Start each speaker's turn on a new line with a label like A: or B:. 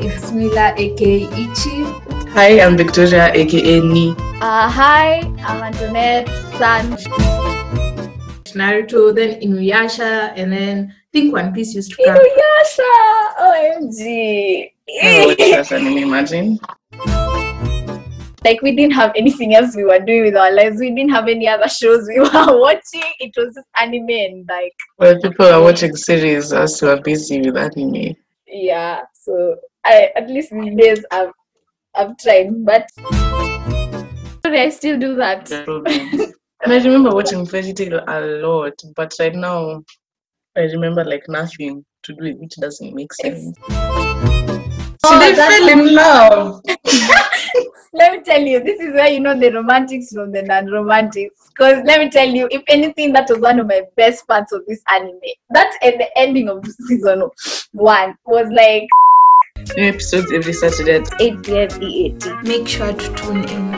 A: Leila
B: E,
A: aka Ichi.
C: Hi, I'm Victoria, aka Ni.
D: Uh, hi, I'm Antoinette San.
B: Naruto, then Inuyasha, and then I think One Piece used to come.
E: Inuyasha! OMG.
C: Oh, that's an anime, imagine.
E: like we didn't have anything else we were doing with our lives. We didn't have any other shows we were watching. It was just anime and like
C: Well, people are watching series as who are busy with anime.
E: yeah. So I at least these days I've I've tried, but sorry, I still do that.
C: and I remember watching Fairy Tail a lot, but right now I remember like nothing to do, which doesn't make sense.
E: Oh,
C: they
E: that's-
C: fell in love.
E: Let me tell you, this is where you know the romantics from the non-romantics. Because let me tell you, if anything, that was one of my best parts of this anime. That and the ending of season one was like
C: New episodes every Saturday at
E: 8 p.m. EAT.
B: Make sure to tune in.